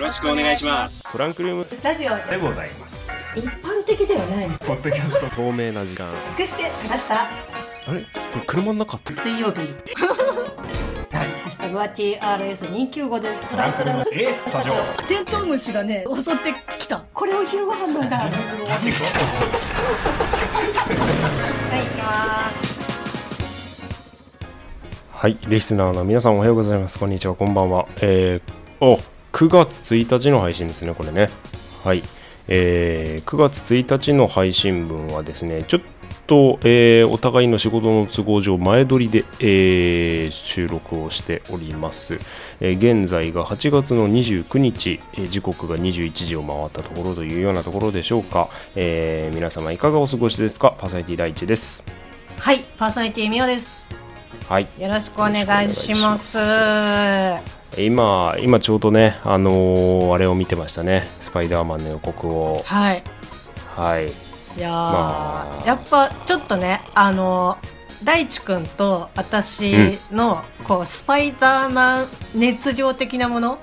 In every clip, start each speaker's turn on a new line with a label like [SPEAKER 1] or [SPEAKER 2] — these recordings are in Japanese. [SPEAKER 1] ろしくお願いします
[SPEAKER 2] トランクルーム
[SPEAKER 3] スタジオ
[SPEAKER 4] でございます
[SPEAKER 3] 一般的ではない
[SPEAKER 4] ポッドキャスト
[SPEAKER 2] 透明な時間
[SPEAKER 3] 隠してきました
[SPEAKER 2] あれこれ車の中って
[SPEAKER 3] 水 曜日ハッシュタグは TRS295 ですトランクルーム
[SPEAKER 4] えスタジオ
[SPEAKER 5] テントウムシがね襲ってきた
[SPEAKER 3] これを昼ご飯なんだはい
[SPEAKER 4] 何こ
[SPEAKER 3] 行きます
[SPEAKER 2] はいリスナーの皆さんおはようございますこんにちはこんばんはえー、お9月1日の配信ですねこれねはいえー、9月1日の配信分はですねちょっと、えーお互いの仕事の都合上前撮りで、えー収録をしております、えー現在が8月の29日、えー時刻が21時を回ったところというようなところでしょうか、えー皆様いかがお過ごしですかパーサイティ第一です
[SPEAKER 6] はい、パーソナリティみおです。
[SPEAKER 2] はい
[SPEAKER 6] よろしくお願いします。
[SPEAKER 2] よろしくお今、今ちょうどね、あのーあれを見てましたね、スパイダーマンの予告を。
[SPEAKER 6] はい、
[SPEAKER 2] はい。
[SPEAKER 6] いやー、
[SPEAKER 2] まあ
[SPEAKER 6] やっぱちょっとね、あのー大地くんと私の、こうスパイダーマン熱量的なもの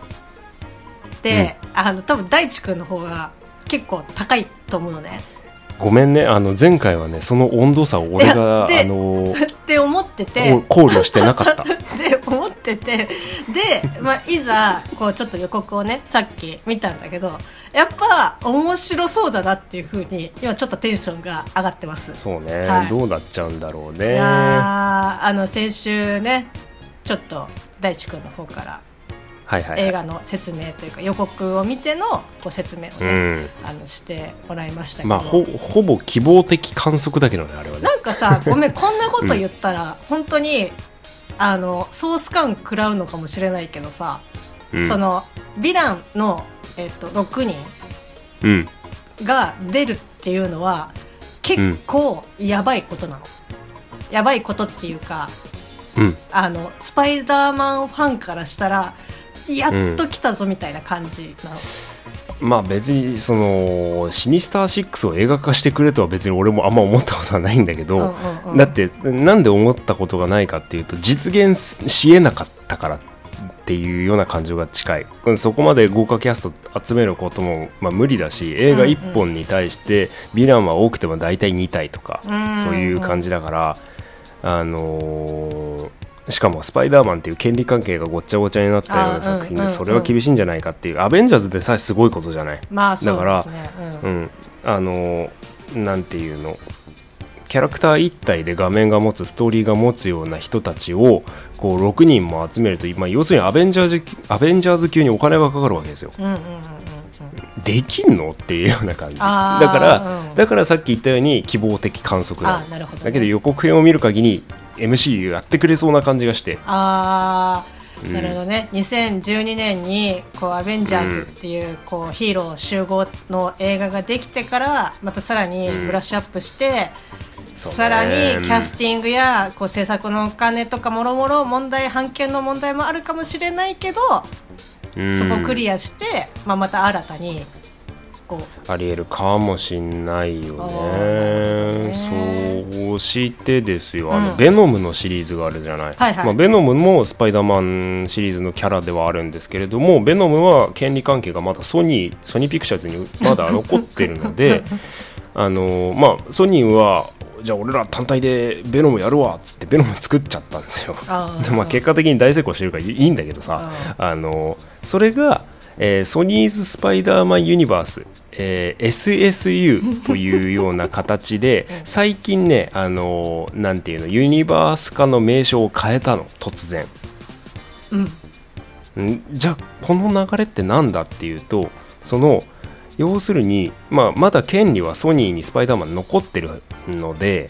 [SPEAKER 6] で、あの多分大地くんの方が結構高いと思うのね。
[SPEAKER 2] ごめんね、あの、前回はね、その温度差を俺が、あ
[SPEAKER 6] いやで
[SPEAKER 2] のー
[SPEAKER 6] って思ってて。
[SPEAKER 2] こう考慮してなか った。
[SPEAKER 6] って思っててで、まあ、いざこうちょっと予告をねさっき見たんだけどやっぱ面白そうだなっていうふうに今ちょっとテンションが上がってます、
[SPEAKER 2] そうね、
[SPEAKER 6] はい
[SPEAKER 2] どうなっちゃうんだろう
[SPEAKER 6] い
[SPEAKER 2] ね。は
[SPEAKER 6] やーあの先週ねちょっと大地君の方から
[SPEAKER 2] いはい。
[SPEAKER 6] 映画の説明というか予告を見てのご説明を
[SPEAKER 2] う
[SPEAKER 6] ね、
[SPEAKER 2] ん。
[SPEAKER 6] あのしてもらいましたけど、
[SPEAKER 2] まあ、ほ、ほぼ希望的観測だけどね、あれはね
[SPEAKER 6] な。んかさごめんこんなこと言ったら、本当にあのソース感食らうのかもしれないけどさ、
[SPEAKER 2] うん
[SPEAKER 6] そのヴィランの、えっと6人
[SPEAKER 2] うん。
[SPEAKER 6] が出るっていうのは結構やばいことなの、やばいことっていうか
[SPEAKER 2] うん。
[SPEAKER 6] あのスパイダーマンファンからしたらやっと来たぞみたいな感じなの、
[SPEAKER 2] まあ別に、その、シニスター6を映画化してくれとは別に俺もあんま思ったことはないんだけど、
[SPEAKER 6] うんうんうん
[SPEAKER 2] だってなんで思ったことがないかっていうと実現しえなかったからっていうような感情が近いそこまで豪華キャスト集めることも、まあ、無理だし映画1本に対してヴィランは多くても大体2体とか、
[SPEAKER 6] ん
[SPEAKER 2] そういう感じだから、あのーしかも「スパイダーマン」っていう権利関係がごっちゃごちゃになったような作品
[SPEAKER 6] あうんうん
[SPEAKER 2] で
[SPEAKER 6] うん
[SPEAKER 2] それは厳しいんじゃないかっていう「アベンジャーズ」でさえすごいことじゃない。
[SPEAKER 6] まあそ
[SPEAKER 2] だ
[SPEAKER 6] う
[SPEAKER 2] から
[SPEAKER 6] ですねう
[SPEAKER 2] うんん、あのなんていうのキャラクター一体で画面が持つストーリーが持つような人たちをこう6人も集めると、まあ、要するにアベンジャーズアベンジャーズ級にお金がかかるわけですよ。
[SPEAKER 6] うんうんうんうん
[SPEAKER 2] できんのっていうような感じだ
[SPEAKER 6] あー
[SPEAKER 2] から、
[SPEAKER 6] うん
[SPEAKER 2] だからさっき言ったように希望的観測だ
[SPEAKER 6] あなるほどね
[SPEAKER 2] だけど予告編を見る限り MCU やってくれそうな感じがして
[SPEAKER 6] あー
[SPEAKER 2] うん
[SPEAKER 6] なるほどね、2012年にこう「アベンジャーズ」っていうこうヒーロー集合の映画ができてからまたさらにブラッシュアップして、
[SPEAKER 2] そうね
[SPEAKER 6] さらにキャスティングやこう制作のお金とかもろもろ問題版権の問題もあるかもしれないけど、
[SPEAKER 2] うん
[SPEAKER 6] そこクリアして、まあ、また新たにこう
[SPEAKER 2] ありえるかもしんないよ
[SPEAKER 6] あー
[SPEAKER 2] ね。
[SPEAKER 6] な
[SPEAKER 2] そうしてですよ、あの、
[SPEAKER 6] うん
[SPEAKER 2] ベノムのシリーズがあるじゃない。
[SPEAKER 6] はいはい
[SPEAKER 2] まあ、ベノムもスパイダーマンシリーズのキャラではあるんですけれども、ベノムは権利関係がまだソニー、ソニーピクチャーズにまだ残ってるの で、あのまあ、ソニーは、じゃあ俺ら単体でベノムやるわっつってベノム作っちゃったんですよ。
[SPEAKER 6] あ
[SPEAKER 2] でまあ、
[SPEAKER 6] ー
[SPEAKER 2] 結果的に大成功してるからいいんだけどさあのそれが、えーソニーズ・スパイダーマン・ユニバース、えー SSU という ような形で最近ねあのなんていうのユニバース化の名称を変えたの突然。んじゃあこの流れってなんだっていうとその要するに、まあ、まだ権利はソニーにスパイダーマン残ってるので、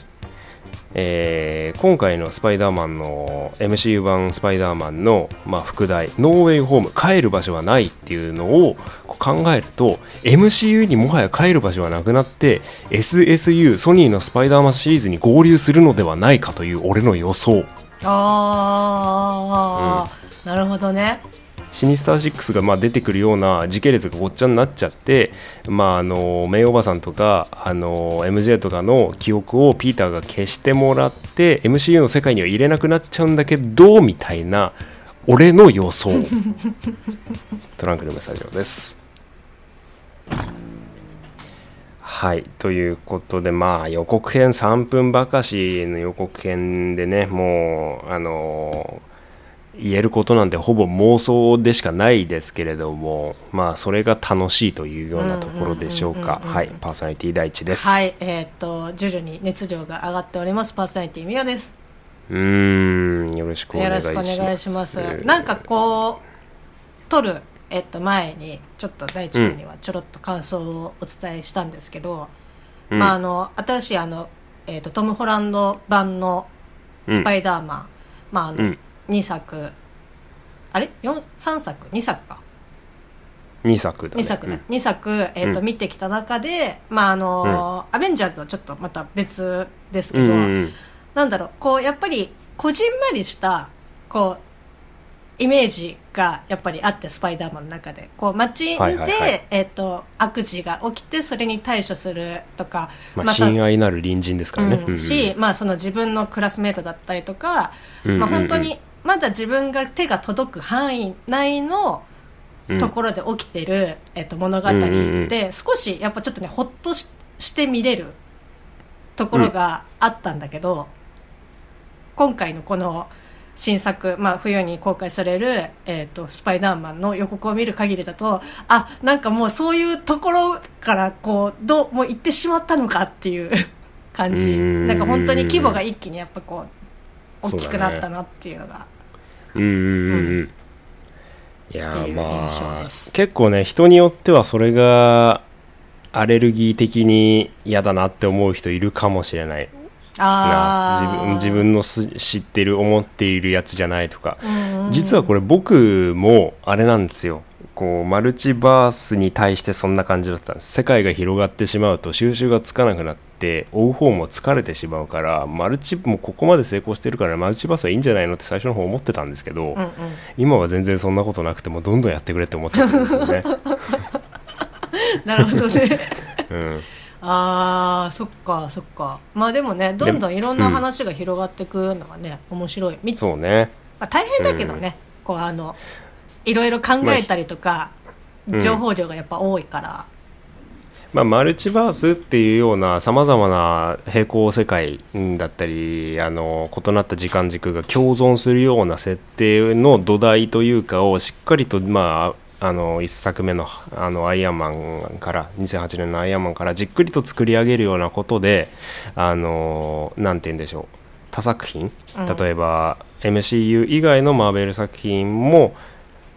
[SPEAKER 2] えー今回のスパイダーマンの MCU 版スパイダーマンの、まあ、副題「ノーウェイホーム帰る場所はない」っていうのをこう考えると MCU にもはや帰る場所はなくなって SSU ソニーのスパイダーマンシリーズに合流するのではないかという俺の予想
[SPEAKER 6] あー、なるほどね
[SPEAKER 2] シニスター6がまあ出てくるような時系列がごっちゃになっちゃって、まあ、あのメイおばさんとかあの MJ とかの記憶をピーターが消してもらって MCU の世界には入れなくなっちゃうんだけどみたいな俺の予想トランクルームスタジオですはいということでまあ予告編3分ばかしの予告編でねもうあの言えることなんてほぼ妄想でしかないですけれどもまあそれが楽しいというようなところでしょうか
[SPEAKER 6] うんうんうん
[SPEAKER 2] は
[SPEAKER 6] うんうん
[SPEAKER 2] いパーソナリティ第一です、
[SPEAKER 6] はい、えーっと、徐々に熱量が上がっております。パーソナリティ、みやです。
[SPEAKER 2] うーんよろしくお
[SPEAKER 6] よ
[SPEAKER 2] 願
[SPEAKER 6] ろ
[SPEAKER 2] い
[SPEAKER 6] し
[SPEAKER 2] し
[SPEAKER 6] くお
[SPEAKER 2] ます
[SPEAKER 6] 願いします。なんかこう、撮る、えっと、前に、ちょっと大地君にはちょろっと感想をお伝えしたんですけど、
[SPEAKER 2] うん
[SPEAKER 6] まあ、あの、新しいあの、えっと、トム・ホランド版のスパイダーマン、まあ、あの、
[SPEAKER 2] うん
[SPEAKER 6] 2作、あれ ?4、3作 ?2 作か。
[SPEAKER 2] 2作だね
[SPEAKER 6] 2作
[SPEAKER 2] う
[SPEAKER 6] ね
[SPEAKER 2] ん、
[SPEAKER 6] 二作、えっと
[SPEAKER 2] うん
[SPEAKER 6] 見てきた中で、まああのアベンジャーズはちょっとまた別ですけ
[SPEAKER 2] うん
[SPEAKER 6] ど、
[SPEAKER 2] うん
[SPEAKER 6] なんだろうこうやっぱりこじんまりしたこうイメージがやっぱりあってスパイダーマンの中でこう街で、
[SPEAKER 2] はいはいはい
[SPEAKER 6] えっと悪事が起きてそれに対処するとか、
[SPEAKER 2] まあ、
[SPEAKER 6] まあそ
[SPEAKER 2] 親愛なる隣人ですからね。
[SPEAKER 6] うん、し、まあ、その自分のクラスメートだったりとか、
[SPEAKER 2] うん
[SPEAKER 6] まあ、本当にまだ自分が手が届く範囲内の
[SPEAKER 2] うん
[SPEAKER 6] ところで起きてる、えっと物語
[SPEAKER 2] うんうん
[SPEAKER 6] で少しやっぱちょっとねほっとしして見れるところがあったんだけど、今回のこの新作、まあ、冬に公開される、えっとスパイダーマンの予告を見る限りだとあなんかもうそういうところからこうどうもう行ってしまったのかっていう 感
[SPEAKER 2] う
[SPEAKER 6] じ
[SPEAKER 2] ん
[SPEAKER 6] なんか本当に規模が一気にやっぱこう
[SPEAKER 2] そ
[SPEAKER 6] 大
[SPEAKER 2] うだ
[SPEAKER 6] き
[SPEAKER 2] ね
[SPEAKER 6] くなったなっていうのが
[SPEAKER 2] うんうんうんうん。いや
[SPEAKER 6] って
[SPEAKER 2] ー
[SPEAKER 6] いう
[SPEAKER 2] ま
[SPEAKER 6] 印象
[SPEAKER 2] あ
[SPEAKER 6] です
[SPEAKER 2] 結構ね人によってはそれがアレルギー的に嫌だなって思う人いるかもしれないな
[SPEAKER 6] あ
[SPEAKER 2] 自
[SPEAKER 6] ー
[SPEAKER 2] 分自分のす知ってる思っているやつじゃないとか
[SPEAKER 6] うんうん
[SPEAKER 2] 実はこれ僕もあれなんですよこうマルチバースに対してそんな感じだったんです世界が広がってしまうと収集がつかなくなって追う方も疲れてしまうからマルチもうここまで成功してるからマルチバースはいいんじゃないのって最初の方思ってたんですけど、
[SPEAKER 6] うんうん
[SPEAKER 2] 今は全然そんなことなくてもうどんどんやってくれって思っちゃってるんですよね、
[SPEAKER 6] なるほどね
[SPEAKER 2] うん、
[SPEAKER 6] あーそっかそっかまあでもねどんどんいろんな話が広がっていくのがね、面白いみ、ま
[SPEAKER 2] そうね
[SPEAKER 6] あ、大変だけどね、こうあのいろいろ考えたりとか、
[SPEAKER 2] まあ
[SPEAKER 6] 情報量がやっぱ多いから、
[SPEAKER 2] まあ、マルチバースっていうようなさまざまな平行世界うんだったりあの異なった時間軸が共存するような設定の土台というかをしっかりと、まあ、あの1作目のあのアイアンマンから2008年のアイアンマンからじっくりと作り上げるようなことであのなんて言うんでしょう他作品
[SPEAKER 6] うん
[SPEAKER 2] 例えば MCU 以外のマーベル作品も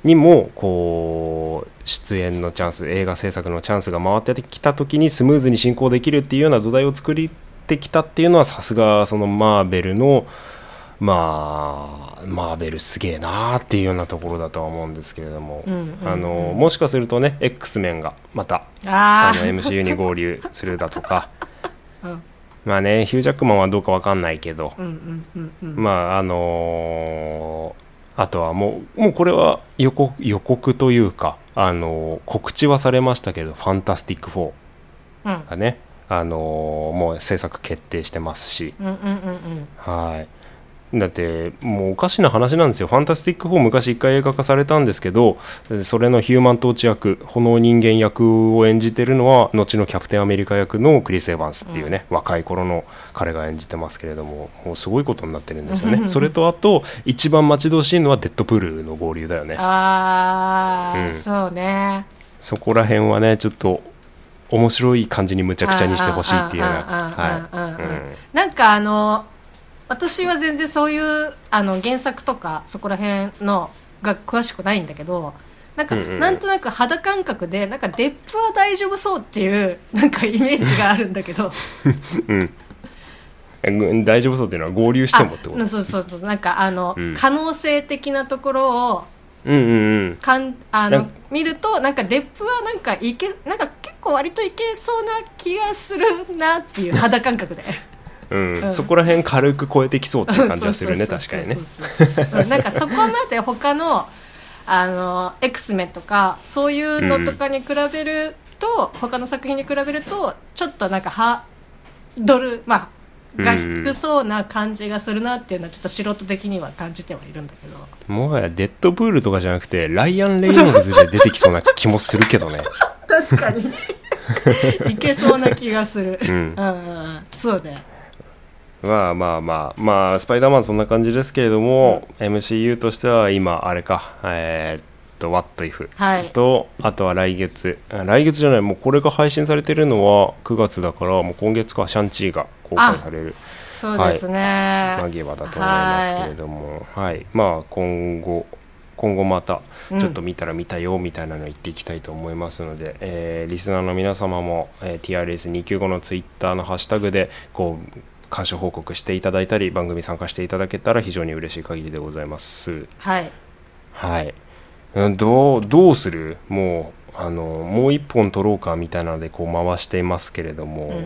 [SPEAKER 2] にもこう出演のチャンス映画制作のチャンスが回ってきた時にスムーズに進行できるっていうような土台を作ってきたっていうのはさすがそのマーベルのまあマーベルすげえなーっていうようなところだとは思うんですけれども、
[SPEAKER 6] うんうんうん
[SPEAKER 2] あのもしかするとね X メンがまたあ
[SPEAKER 6] ああ
[SPEAKER 2] の MCU に合流するだとか、
[SPEAKER 6] うん
[SPEAKER 2] まあねヒュー・ジャックマンはどうかわかんないけど、
[SPEAKER 6] うんうんうんうん
[SPEAKER 2] まああのーあとはもうもうこれは予告予告というか、あのー告知はされましたけど「ファンタスティック4
[SPEAKER 6] うん」
[SPEAKER 2] がね、あのーもう制作決定してますし
[SPEAKER 6] うんうんうん
[SPEAKER 2] はいだってもうおかしな話なんですよ「ファンタスティック4」昔一回映画化されたんですけどそれのヒューマントーチ役炎人間役を演じてるのは後のキャプテンアメリカ役のクリス・エヴァンスっていうね、若い頃の彼が演じてますけれどももうすごいことになってるんですよねそれとあと一番待ち遠しいのはデッドプールの合流だよね
[SPEAKER 6] ああ、
[SPEAKER 2] うん
[SPEAKER 6] そうね
[SPEAKER 2] そこら辺はねちょっと面白い感じにむちゃくちゃにしてほしいっていうような
[SPEAKER 6] あーあーあーあーあーあ
[SPEAKER 2] はい
[SPEAKER 6] ー
[SPEAKER 2] うん
[SPEAKER 6] なんかあの私は全然そういうあの原作とかそこら辺のが詳しくないんだけどなんか、
[SPEAKER 2] うんうんうん
[SPEAKER 6] なんとなく肌感覚でなんかデップは大丈夫そうっていうなんかイメージがあるんだけど
[SPEAKER 2] えぐ大丈夫そうっていうのは合流してもってこと
[SPEAKER 6] あそうそうそうなんかあの、
[SPEAKER 2] うん
[SPEAKER 6] 可能性的なところを
[SPEAKER 2] うんうんうん
[SPEAKER 6] かんあ
[SPEAKER 2] な
[SPEAKER 6] の
[SPEAKER 2] ん
[SPEAKER 6] 見るとなんかデップはなんかいけなんか結構割といけそうな気がするなっていう肌感覚で。
[SPEAKER 2] うん
[SPEAKER 6] うん
[SPEAKER 2] そこら辺軽く超えてきそうっていう感じはするね
[SPEAKER 6] そう
[SPEAKER 2] 確
[SPEAKER 6] そ
[SPEAKER 2] か
[SPEAKER 6] う
[SPEAKER 2] にね
[SPEAKER 6] そうそうそうそううんなんかそこまで他のあの X メンとかそういうのとかに比べると、他の作品に比べるとちょっとなんかハードルまあが低そうな感じがするなっていうのはちょっと素人的には感じてはいるんだけど
[SPEAKER 2] もはやデッドプールとかじゃなくてライアン・レイノルズで出てきそうな気もするけどね
[SPEAKER 6] 確かに いけそうな気がする、
[SPEAKER 2] う
[SPEAKER 6] うんんうんうんそうだよ
[SPEAKER 2] まあまあまあまあスパイダーマンそんな感じですけれども、MCU としては今あれかえーっと「What If」
[SPEAKER 6] はい
[SPEAKER 2] とあとは来月あ来月じゃないもうこれが配信されてるのは9月だからもう今月かシャンチーが公開される
[SPEAKER 6] そうですね、
[SPEAKER 2] 間際だと思いますけれどもはい、まあ今後今後またちょっと見たら見たよみたいなの言っていきたいと思いますので、えーリスナーの皆様も、えー TRS295 のツイッターのハッシュタグでこう鑑賞報告していただいたり番組参加していただけたら非常に嬉しい限りでございます
[SPEAKER 6] はい
[SPEAKER 2] はいうんどうどうするもうあのもう一本取ろうかみたいなのでこう回していますけれども、
[SPEAKER 6] うんうんうんうん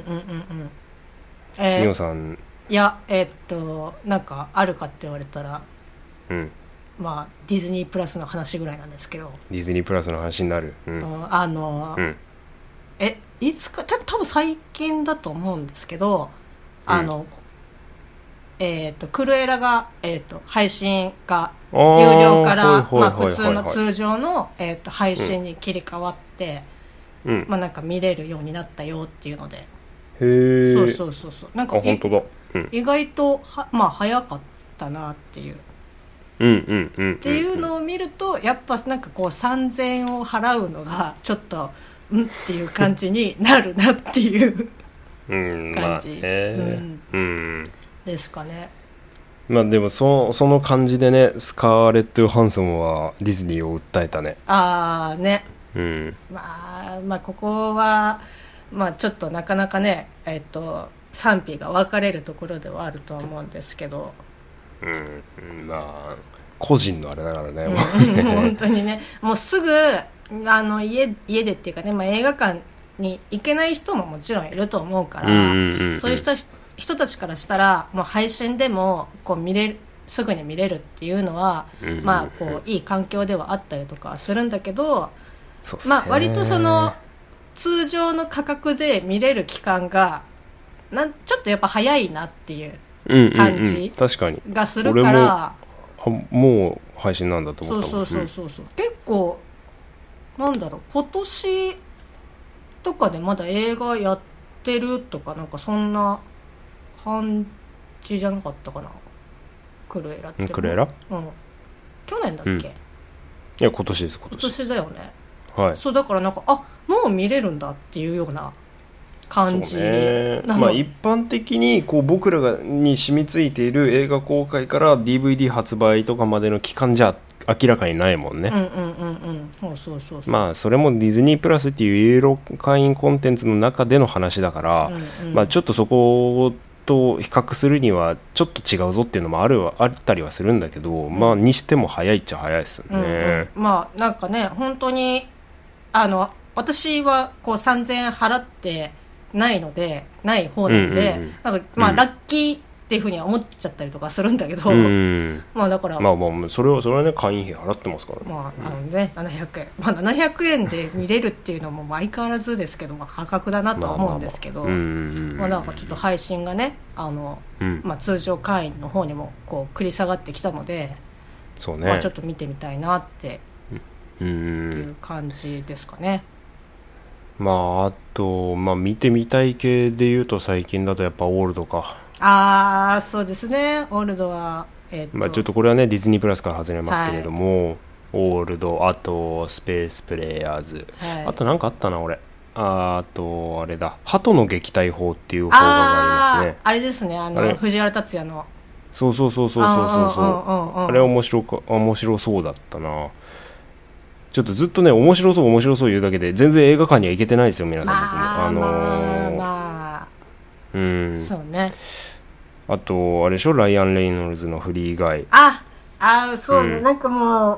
[SPEAKER 2] ミ
[SPEAKER 6] え
[SPEAKER 2] オ
[SPEAKER 6] ー、
[SPEAKER 2] さん、
[SPEAKER 6] いやえーっとなんかあるかって言われたら
[SPEAKER 2] うん、
[SPEAKER 6] まあディズニープラスの話ぐらいなんですけど、
[SPEAKER 2] ディズニープラスの話になる、うん
[SPEAKER 6] うんあの、
[SPEAKER 2] うん
[SPEAKER 6] えいつか多分多分最近だと思うんですけどあの、えっ、とクルエラが、えっと配信が
[SPEAKER 2] 有
[SPEAKER 6] 有料からまあ普通の通常の、えっと配信に切り替わって、
[SPEAKER 2] うん、へ
[SPEAKER 6] まあなんか見れるようになったよっていうので、
[SPEAKER 2] え
[SPEAKER 6] そうそうそうそうなん
[SPEAKER 2] あ
[SPEAKER 6] か
[SPEAKER 2] 本当だ、うん、
[SPEAKER 6] 意外とはまあ早かったなっていう
[SPEAKER 2] うんうんうんんん
[SPEAKER 6] っていうのを見るとやっぱなんかこう3000円を払うのがちょっとうんっていう感じになるなっていう
[SPEAKER 2] うんまあ
[SPEAKER 6] 感じ
[SPEAKER 2] ねうん
[SPEAKER 6] ですかね
[SPEAKER 2] まあでもそその感じでねスカーレット・ヨハンソンはディズニーを訴えたね
[SPEAKER 6] ああね
[SPEAKER 2] うん
[SPEAKER 6] まあまあここはまあちょっとなかなかねえっ、と賛否が分かれるところではあるとは思うんですけ ど、
[SPEAKER 2] うんうんまあ個人のあれだからね、
[SPEAKER 6] うん本当にねもうすぐあの家家でっていうかね、まあ、映画館に行けない人ももちろんいると思うから、
[SPEAKER 2] うんうんうん
[SPEAKER 6] そういう人人たちからしたらもう配信でもこう見れるすぐに見れるっていうのは、
[SPEAKER 2] うんうん
[SPEAKER 6] まあ、こういい環境ではあったりとかするんだけど、
[SPEAKER 2] そうっすね
[SPEAKER 6] まあ、割とその通常の価格で見れる期間がなんちょっとやっぱ早いなっていう
[SPEAKER 2] うんうんうん
[SPEAKER 6] 感じ
[SPEAKER 2] 確かに
[SPEAKER 6] がするから
[SPEAKER 2] あもう配信なんだと
[SPEAKER 6] そ
[SPEAKER 2] 思っ
[SPEAKER 6] う
[SPEAKER 2] た
[SPEAKER 6] そ
[SPEAKER 2] もん
[SPEAKER 6] うそうそうそう結構なんだろう今年とかでまだ映画やってるとかなんかそんな感じじゃなかったかなクルエラっ
[SPEAKER 2] う
[SPEAKER 6] て
[SPEAKER 2] んクレラ
[SPEAKER 6] うん去年だっけ、
[SPEAKER 2] うん
[SPEAKER 6] 今
[SPEAKER 2] いや今年です今年
[SPEAKER 6] 年だよね
[SPEAKER 2] はい
[SPEAKER 6] そうだからなんかあもう見れるんだっていうような感じ
[SPEAKER 2] そうね
[SPEAKER 6] なの
[SPEAKER 2] まあ、一般的にこう僕らがに染みついている映画公開から DVD 発売とかまでの期間じゃ明らかにないもん
[SPEAKER 6] う
[SPEAKER 2] ね、
[SPEAKER 6] んうんうんうんそうそうそうそう
[SPEAKER 2] まあそれもディズニープラスっていう有料会員コンテンツの中での話だから、
[SPEAKER 6] うんうん
[SPEAKER 2] まあ、ちょっとそこと比較するにはちょっと違うぞっていうのもあるはあったりはするんだけど、まあにしても早いっちゃ早いですよね、
[SPEAKER 6] うんうん、まあなんかね本当にあの私はこう3000円払ってないのでない方なんで、
[SPEAKER 2] うんうんうん
[SPEAKER 6] なんかまあ、
[SPEAKER 2] うん
[SPEAKER 6] ラッキーっていうふうには思っちゃったりとかするんだけど、
[SPEAKER 2] うん
[SPEAKER 6] まあだから、
[SPEAKER 2] ま
[SPEAKER 6] まあ
[SPEAKER 2] あまあそれはそれはね会員費払ってますからね
[SPEAKER 6] あのね、700円、まあ、700円で見れるっていうのもまあ相変わらずですけど、まあ、破格だなとは思うんですけど
[SPEAKER 2] まあまあまあうん
[SPEAKER 6] まあなんかちょっと配信がねあの、
[SPEAKER 2] うん
[SPEAKER 6] まあ、通常会員の方にもこう繰り下がってきたので、
[SPEAKER 2] そうね、
[SPEAKER 6] まあ、ちょっと見てみたいなって
[SPEAKER 2] うんうん
[SPEAKER 6] いう感じですかね。
[SPEAKER 2] まああと、まあ、見てみたい系で言うと最近だとやっぱオールドか、
[SPEAKER 6] ああそうですねオールドはえっと,、
[SPEAKER 2] まあ、ちょっとこれはねディズニープラスから外れますけれども、オールドあとスペースプレイヤーズ、
[SPEAKER 6] はい
[SPEAKER 2] あとなんかあったな俺ああとあれだ鳩の撃退法っていう方法がありま
[SPEAKER 6] ああ
[SPEAKER 2] すね
[SPEAKER 6] あれですねあの
[SPEAKER 2] あれ
[SPEAKER 6] 藤原竜也の
[SPEAKER 2] そうそうそうそうそうそうそう
[SPEAKER 6] あ
[SPEAKER 2] あれ面白か面白そうだったなちょっとずっとね面白そう面白そう言うだけで全然映画館には行けてないですよ皆
[SPEAKER 6] ま
[SPEAKER 2] さん、
[SPEAKER 6] あ
[SPEAKER 2] 僕ものー
[SPEAKER 6] まあま
[SPEAKER 2] うん
[SPEAKER 6] あそうね
[SPEAKER 2] あと、あれでしょ、ライアン・レイノルズのフリー以外。
[SPEAKER 6] ああーそうね、
[SPEAKER 2] うん
[SPEAKER 6] なんかも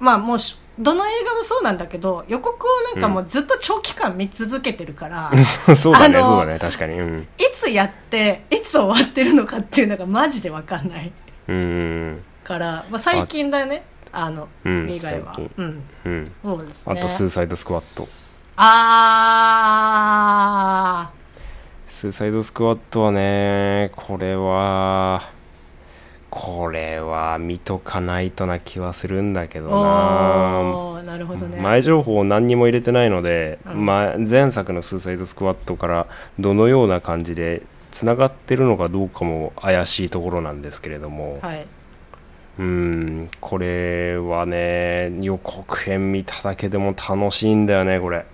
[SPEAKER 6] うまあもうしどの映画もそうなんだけど予告をなんかもうずっと長期間見続けてるから、い
[SPEAKER 2] そうだね、
[SPEAKER 6] あのー
[SPEAKER 2] そうだね、確かに。うん。
[SPEAKER 6] つやっていつ終わってるのかっていうのがマジでわかんない
[SPEAKER 2] うん。
[SPEAKER 6] から、まあ、最近だよねあの、
[SPEAKER 2] うん
[SPEAKER 6] 以外は
[SPEAKER 2] 最近
[SPEAKER 6] うん
[SPEAKER 2] うん。
[SPEAKER 6] そうです
[SPEAKER 2] あ
[SPEAKER 6] ね
[SPEAKER 2] と、スーサイド・スクワット。
[SPEAKER 6] あ
[SPEAKER 2] スーサイドスクワットはね、これは、これは見とかないとな気はするんだけどな。
[SPEAKER 6] おーなるほどね、
[SPEAKER 2] 前情報を何にも入れてないので、
[SPEAKER 6] うん
[SPEAKER 2] 前前作の「スーサイドスクワット」からどのような感じでつながってるのかどうかも怪しいところなんですけれども、
[SPEAKER 6] はい、
[SPEAKER 2] うんこれはね予告編見ただけでも楽しいんだよねこれ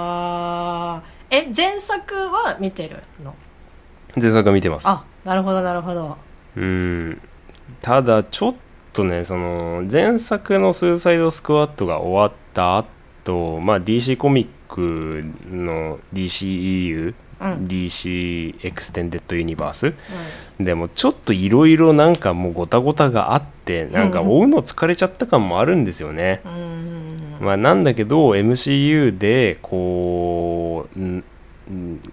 [SPEAKER 6] あーえ前作は見てるの
[SPEAKER 2] 前作は見てます
[SPEAKER 6] あなるほどなるほど
[SPEAKER 2] うんただちょっとねその前作の「スーサイドスクワット」が終わった後、まあ DC コミックの DCEU、
[SPEAKER 6] うん、
[SPEAKER 2] DC エクステンデッドユニバースでもちょっといろいろなんかもうごたごたがあってなんか
[SPEAKER 6] うん
[SPEAKER 2] 追うの疲れちゃった感もあるんですよね、
[SPEAKER 6] うんうん
[SPEAKER 2] まあ、なんだけど MCU でこうんん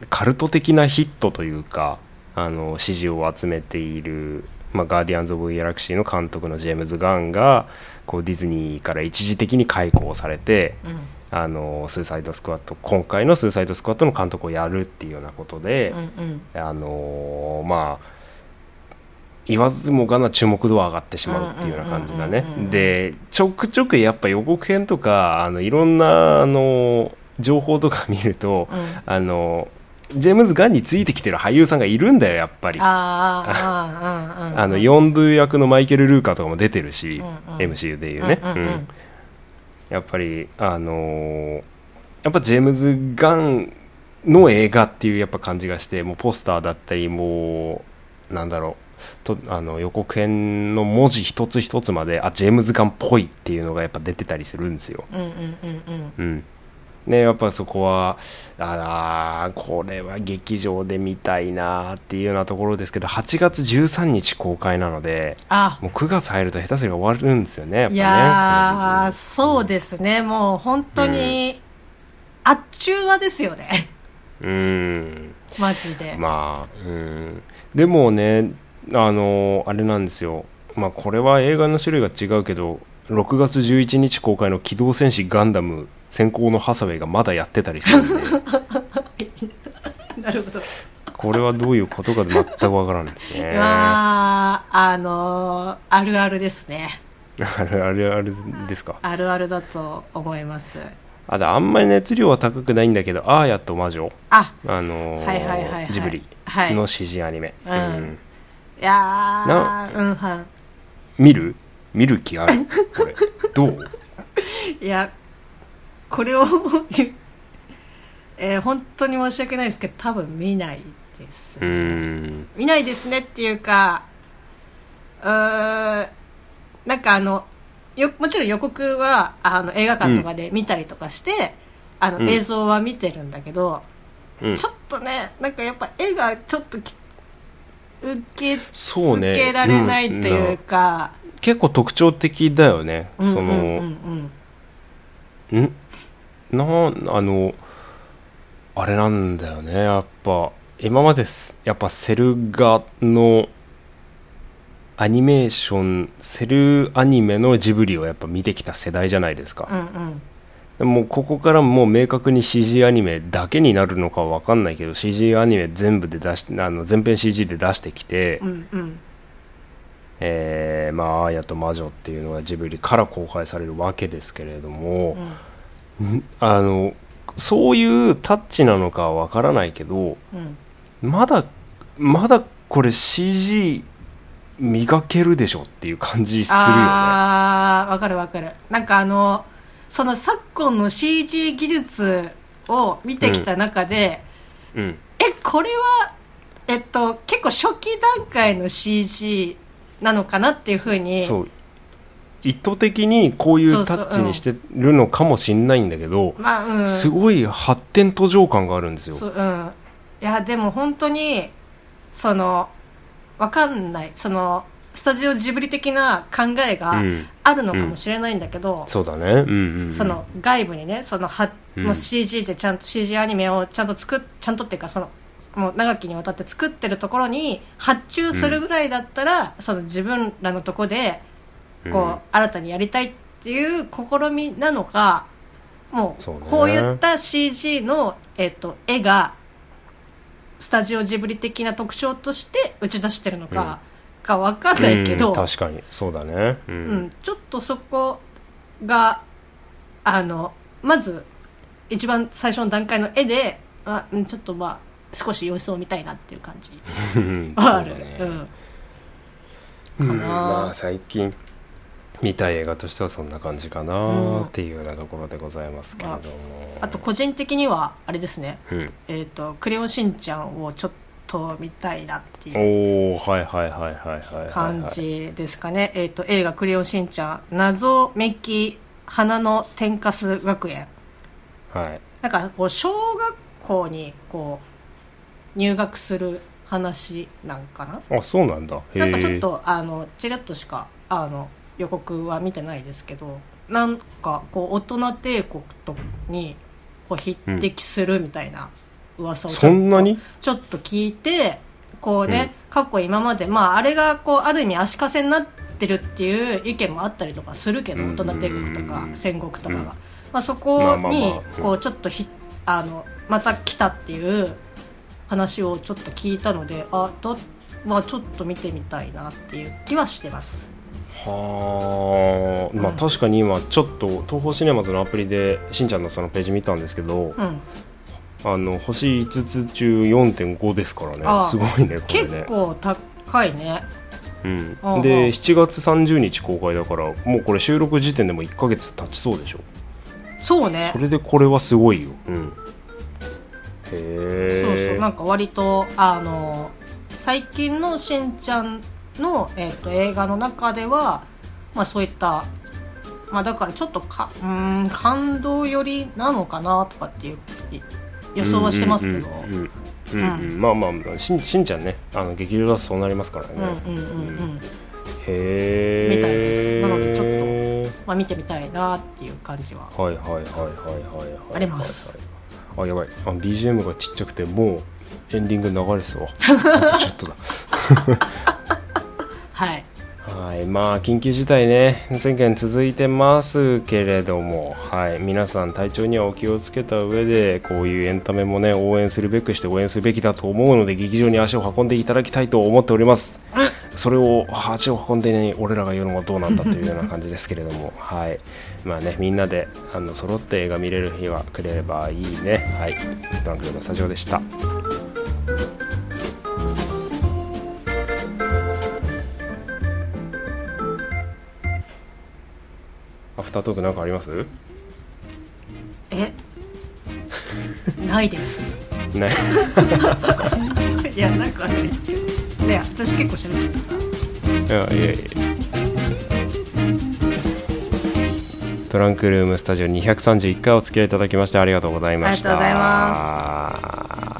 [SPEAKER 2] カルト的なヒットというかあの支持を集めている、まあ、ガーディアンズ・オブ・ギャラクシーの監督のジェームズ・ガンがこうディズニーから一時的に解雇をされて、
[SPEAKER 6] うん
[SPEAKER 2] あのスーサイドスクワット今回のスーサイドスクワットの監督をやるっていうようなことで、
[SPEAKER 6] うん
[SPEAKER 2] あのーまあ言わずもがな注目度は上がってしまうっていうような感じだね
[SPEAKER 6] うんうんうんうんうん
[SPEAKER 2] でちょくちょくやっぱ予告編とかあのいろんなあの情報とか見ると、
[SPEAKER 6] うん
[SPEAKER 2] あのジェームズ・ガンについてきてる俳優さんがいるんだよやっぱり。
[SPEAKER 6] あーあーあーあー
[SPEAKER 2] あのヨンドゥ役のマイケル・ルーカーとかも出てるし、
[SPEAKER 6] うんうん
[SPEAKER 2] MCU でいうね、
[SPEAKER 6] うんうんうん
[SPEAKER 2] うんやっぱりあのーやっぱジェームズ・ガンの映画っていうやっぱ感じがしてもうポスターだったりもうなんだろうとあの予告編の文字一つ一つまであジェームズ・ガンっぽいっていうのがやっぱ出てたりするんですよ。
[SPEAKER 6] うんうんうんうん
[SPEAKER 2] うんね、やっぱそこはあーこれは劇場で見たいなーっていうようなところですけど8月13日公開なので
[SPEAKER 6] あ
[SPEAKER 2] もう9月入ると下手すりゃ終わるんですよねやっぱ
[SPEAKER 6] い
[SPEAKER 2] ね
[SPEAKER 6] やー、そうですね、もう本当に、あっちゅうはですよね、
[SPEAKER 2] うん
[SPEAKER 6] マジで。
[SPEAKER 2] まあうんでもねあのあれなんですよまあこれは映画の種類が違うけど6月11日公開の「機動戦士ガンダム」先行のハサウェイがまだやってたりするんで
[SPEAKER 6] なるほど。
[SPEAKER 2] これはどういうことか全くわからんですね。
[SPEAKER 6] まあ、あのーあるあるですね。
[SPEAKER 2] あれあれあれですか
[SPEAKER 6] あるあるだと思います。
[SPEAKER 2] あとあんまり熱量は高くないんだけど「アーヤと魔女
[SPEAKER 6] あ、」
[SPEAKER 2] あのー
[SPEAKER 6] はいはいはいはい
[SPEAKER 2] ジブリ
[SPEAKER 6] はい
[SPEAKER 2] の CG アニメ、
[SPEAKER 6] うんいや
[SPEAKER 2] な
[SPEAKER 6] ー、うんは
[SPEAKER 2] 見る見る気あるこれどう、
[SPEAKER 6] ん。いや、これを、えー本当に申し訳ないですけど、多分見ないです
[SPEAKER 2] う。ーん
[SPEAKER 6] 見ないですねっていうかうーんなんかあのよもちろん予告はあの映画館とかで見たりとかして、あの
[SPEAKER 2] うん
[SPEAKER 6] 映像は見てるんだけど、
[SPEAKER 2] うん
[SPEAKER 6] ちょっとねなんかやっぱ絵がちょっとき受け
[SPEAKER 2] そうね
[SPEAKER 6] 付けられないっていうか
[SPEAKER 2] 結構特徴的だよね、
[SPEAKER 6] うん
[SPEAKER 2] そ
[SPEAKER 6] うんうん
[SPEAKER 2] のんなんあのあれなんだよねやっぱ今まですやっぱセル画のアニメーションセルアニメのジブリをやっぱ見てきた世代じゃないですか、
[SPEAKER 6] うんうん
[SPEAKER 2] でもうここからもう明確に CG アニメだけになるのかは分かんないけど CG アニメ全部で出しあの全編 CG で出してきて、
[SPEAKER 6] うんうん
[SPEAKER 2] えーまあ「アーヤと魔女」っていうのがジブリから公開されるわけですけれども、んあのそういうタッチなのかは分からないけど
[SPEAKER 6] うん
[SPEAKER 2] まだまだこれ CG 磨けるでしょっていう感じするよね。
[SPEAKER 6] ああわかるわかるなんかあのその昨今の CG 技術を見てきた中で、
[SPEAKER 2] うん
[SPEAKER 6] えこれはえっと結構初期段階の CG なのかなっていうふうに
[SPEAKER 2] そう意図的にこうい
[SPEAKER 6] そうう
[SPEAKER 2] タ
[SPEAKER 6] そう
[SPEAKER 2] ッチにしてるのかもしんないんだけど
[SPEAKER 6] まあうん
[SPEAKER 2] すごい発展途上感があるんです
[SPEAKER 6] そ
[SPEAKER 2] よ。
[SPEAKER 6] ううんいやでも本当にそのわかんないそのスタジオジブリ的な考え
[SPEAKER 2] う
[SPEAKER 6] が
[SPEAKER 2] ん、
[SPEAKER 6] あるのかもしれないんだけど、
[SPEAKER 2] そうだね、うんうんうん、
[SPEAKER 6] その外部にねそのは、
[SPEAKER 2] うん
[SPEAKER 6] もう CG でちゃんと CG アニメをちゃんと作っちゃんとっていうかそのもう長きにわたって作ってるところに発注するぐらいだったら、その自分らのとこでこう、
[SPEAKER 2] うん
[SPEAKER 6] 新たにやりたいっていう試みなのかも
[SPEAKER 2] そうね
[SPEAKER 6] うこういった CG の、えっと絵がスタジオジブリ的な特徴として打ち出してるのかがわかんないけど、
[SPEAKER 2] うん確かにそうだねう
[SPEAKER 6] うんん、ちょっとそこがあのまず一番最初の段階の絵であうんちょっとまあ少し様子を見たいなっていう感じ
[SPEAKER 2] うん、そう
[SPEAKER 6] は
[SPEAKER 2] だ
[SPEAKER 6] ある
[SPEAKER 2] ね、
[SPEAKER 6] うん
[SPEAKER 2] うん
[SPEAKER 6] かな
[SPEAKER 2] まあ最近見た映画としてはそんな感じかなっていうようなところでございますけれども、
[SPEAKER 6] あと個人的にはあれですね
[SPEAKER 2] うん、
[SPEAKER 6] 「えっとクレヨンしんちゃん」をちょっと見たいなってい
[SPEAKER 2] お
[SPEAKER 6] う
[SPEAKER 2] おはいはいはいはいはいはいはい
[SPEAKER 6] 感じですかね、えっと映画「クレヨンしんちゃん謎めき花の天かす学園」
[SPEAKER 2] はい
[SPEAKER 6] なんかこう小学校にこう入学する話なんかな
[SPEAKER 2] あそうなんだへ
[SPEAKER 6] なんかちょっ
[SPEAKER 2] え
[SPEAKER 6] とあのちらっとしかあの予告は見てないですけどなんかこう大人帝国とにこう匹敵するみたいな噂をちょっと
[SPEAKER 2] そんなに
[SPEAKER 6] ちょっと聞いてこうね、過去今まで、まあ、あれがこうある意味足かせになってるっていう意見もあったりとかするけど
[SPEAKER 2] うん
[SPEAKER 6] 大人帝国とか戦国とかが、
[SPEAKER 2] うん
[SPEAKER 6] まあ、そ
[SPEAKER 2] ま
[SPEAKER 6] こ
[SPEAKER 2] あまあま
[SPEAKER 6] に
[SPEAKER 2] あうん
[SPEAKER 6] こうちょっとひあのまた来たっていう話をちょっと聞いたのであと、まあ、ちょっと見てみたいなっていう気はしてます。
[SPEAKER 2] はあまあ
[SPEAKER 6] うん
[SPEAKER 2] 確かに今ちょっと東宝シネマズのアプリでしんちゃんのそのページ見たんですけど、
[SPEAKER 6] うん、
[SPEAKER 2] あの星5つ中4.5ですからね
[SPEAKER 6] ああ
[SPEAKER 2] すごいねこれ
[SPEAKER 6] 結
[SPEAKER 2] ね、
[SPEAKER 6] 構高いね
[SPEAKER 2] うん、
[SPEAKER 6] ああ
[SPEAKER 2] で7月30日公開だからもうこれ収録時点でも1ヶ月経ちそうでしょ
[SPEAKER 6] そうね
[SPEAKER 2] それでこれはすごいよ、うん、へえ
[SPEAKER 6] そうそうなんか割とあの最近のしんちゃんの、えっと映画の中では、まあ、そういった、まあ、だからちょっとかうーん感動寄りなのかなとかっていうい予想はしてますけど
[SPEAKER 2] うんうんうんうんうんまあまあまあしんしんちゃんねあの劇場だとそうなりますからね、
[SPEAKER 6] うんうんうんうん
[SPEAKER 2] へえ
[SPEAKER 6] みたいですなのでちまあ見てみたいなっていう感じは
[SPEAKER 2] はいはいはいはいはいはい
[SPEAKER 6] あります
[SPEAKER 2] あやばいあ BGM がちっちゃくてもうエンディング流れ そうあとちょっとだ
[SPEAKER 6] はい
[SPEAKER 2] はいまあ緊急事態ね宣言続いてますけれどもはい皆さん体調にはお気をつけた上でこういうエンタメもね応援するべくして応援すべきだと思うので劇場に足を運んでいただきたいと思っております、それを足を運んでね俺らが言うのもどうなんだというような感じですけれどもはいまあねみんなであの揃って映画見れる日が来ればいいねはいダンクのスタジオでしたアフタートークなんかあります
[SPEAKER 6] えないです
[SPEAKER 2] ね
[SPEAKER 6] いやなんかねいや私結構喋っちゃった
[SPEAKER 2] いやいやいやトランクルームスタジオ231回お付き合いいただきましてありがとうございました
[SPEAKER 6] あり
[SPEAKER 2] がと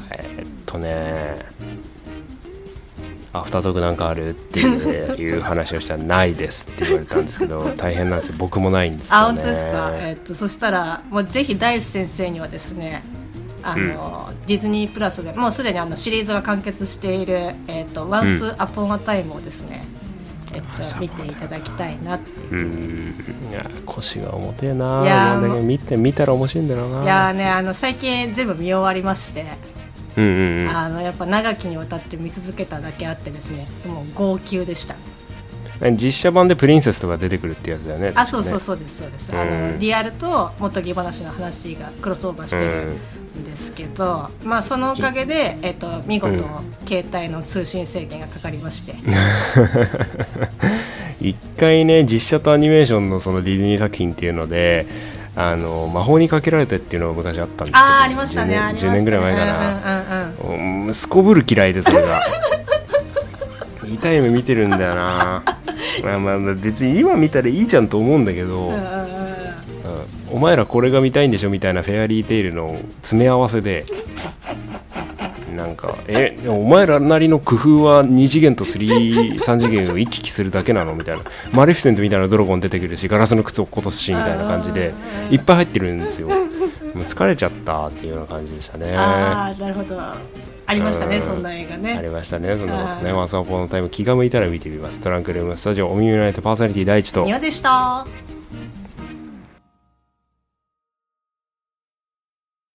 [SPEAKER 2] うございますえーっとねアフタートークなんかあるっていう話をしたらないですって言われたんですけ ど大変なんですよ僕もないんですよね
[SPEAKER 6] あ本当ですか、えっとそしたらもうぜひ大地先生にはですねあの、ディズニープラスでもうすでにあのシリーズが完結している「えっと Once Upon a Time」をですね、えっと見ていただきたいなっていう
[SPEAKER 2] うーんいや腰が重てえない
[SPEAKER 6] やー
[SPEAKER 2] なんだけど見て見たら面白いんだろうない
[SPEAKER 6] やーねあの最近全部見終わりまして、
[SPEAKER 2] うんうんうん
[SPEAKER 6] あのやっぱ長きにわたって見続けただけあってですねもう号泣でした
[SPEAKER 2] 実写版でプリンセスとか出てくるってやつだよね
[SPEAKER 6] あそう
[SPEAKER 2] 確かね
[SPEAKER 6] そうそうですそうです、あ
[SPEAKER 2] う
[SPEAKER 6] の
[SPEAKER 2] ん
[SPEAKER 6] リアルと元木話の話がクロスオーバーしてるんですけど、まあそのおかげで、えっと見事、
[SPEAKER 2] うん
[SPEAKER 6] 携帯の通信制限がかかりま して
[SPEAKER 2] 一回ね実写とアニメーションのそのディズニー作品っていうのであの魔法にかけられてっていうのが昔あったんですけど
[SPEAKER 6] ああありました
[SPEAKER 2] 10
[SPEAKER 6] ね
[SPEAKER 2] 年
[SPEAKER 6] ありました
[SPEAKER 2] 10
[SPEAKER 6] ね
[SPEAKER 2] 年ぐらい前かな、
[SPEAKER 6] うんうんうん
[SPEAKER 2] うんすこぶる嫌いでそれが痛い夢見てるんだよなまあまあまあ別に今見たらいいじゃんと思うんだけど、うん
[SPEAKER 6] うんうんうん
[SPEAKER 2] お前らこれが見たいんでしょみたいなフェアリーテイルの詰め合わせでなんかえでもお前らなりの工夫は2次元と3次元を行き来するだけなのみたいなマレフィセントみたいなドラゴン出てくるしガラスの靴を落っことすしみたいな感じでいっぱい入ってるんですよもう疲れちゃったっていうような感じでしたね
[SPEAKER 6] ああなるほどありましたね
[SPEAKER 2] うん
[SPEAKER 6] そんな映画
[SPEAKER 2] あり
[SPEAKER 6] ね
[SPEAKER 2] ましたね、その
[SPEAKER 6] はい
[SPEAKER 2] ね、ワンサーポーのタイム、気が向いたら見てみます。トランクルームスタジオ、お耳のライトパーソナリティ第一と、
[SPEAKER 6] 庭でした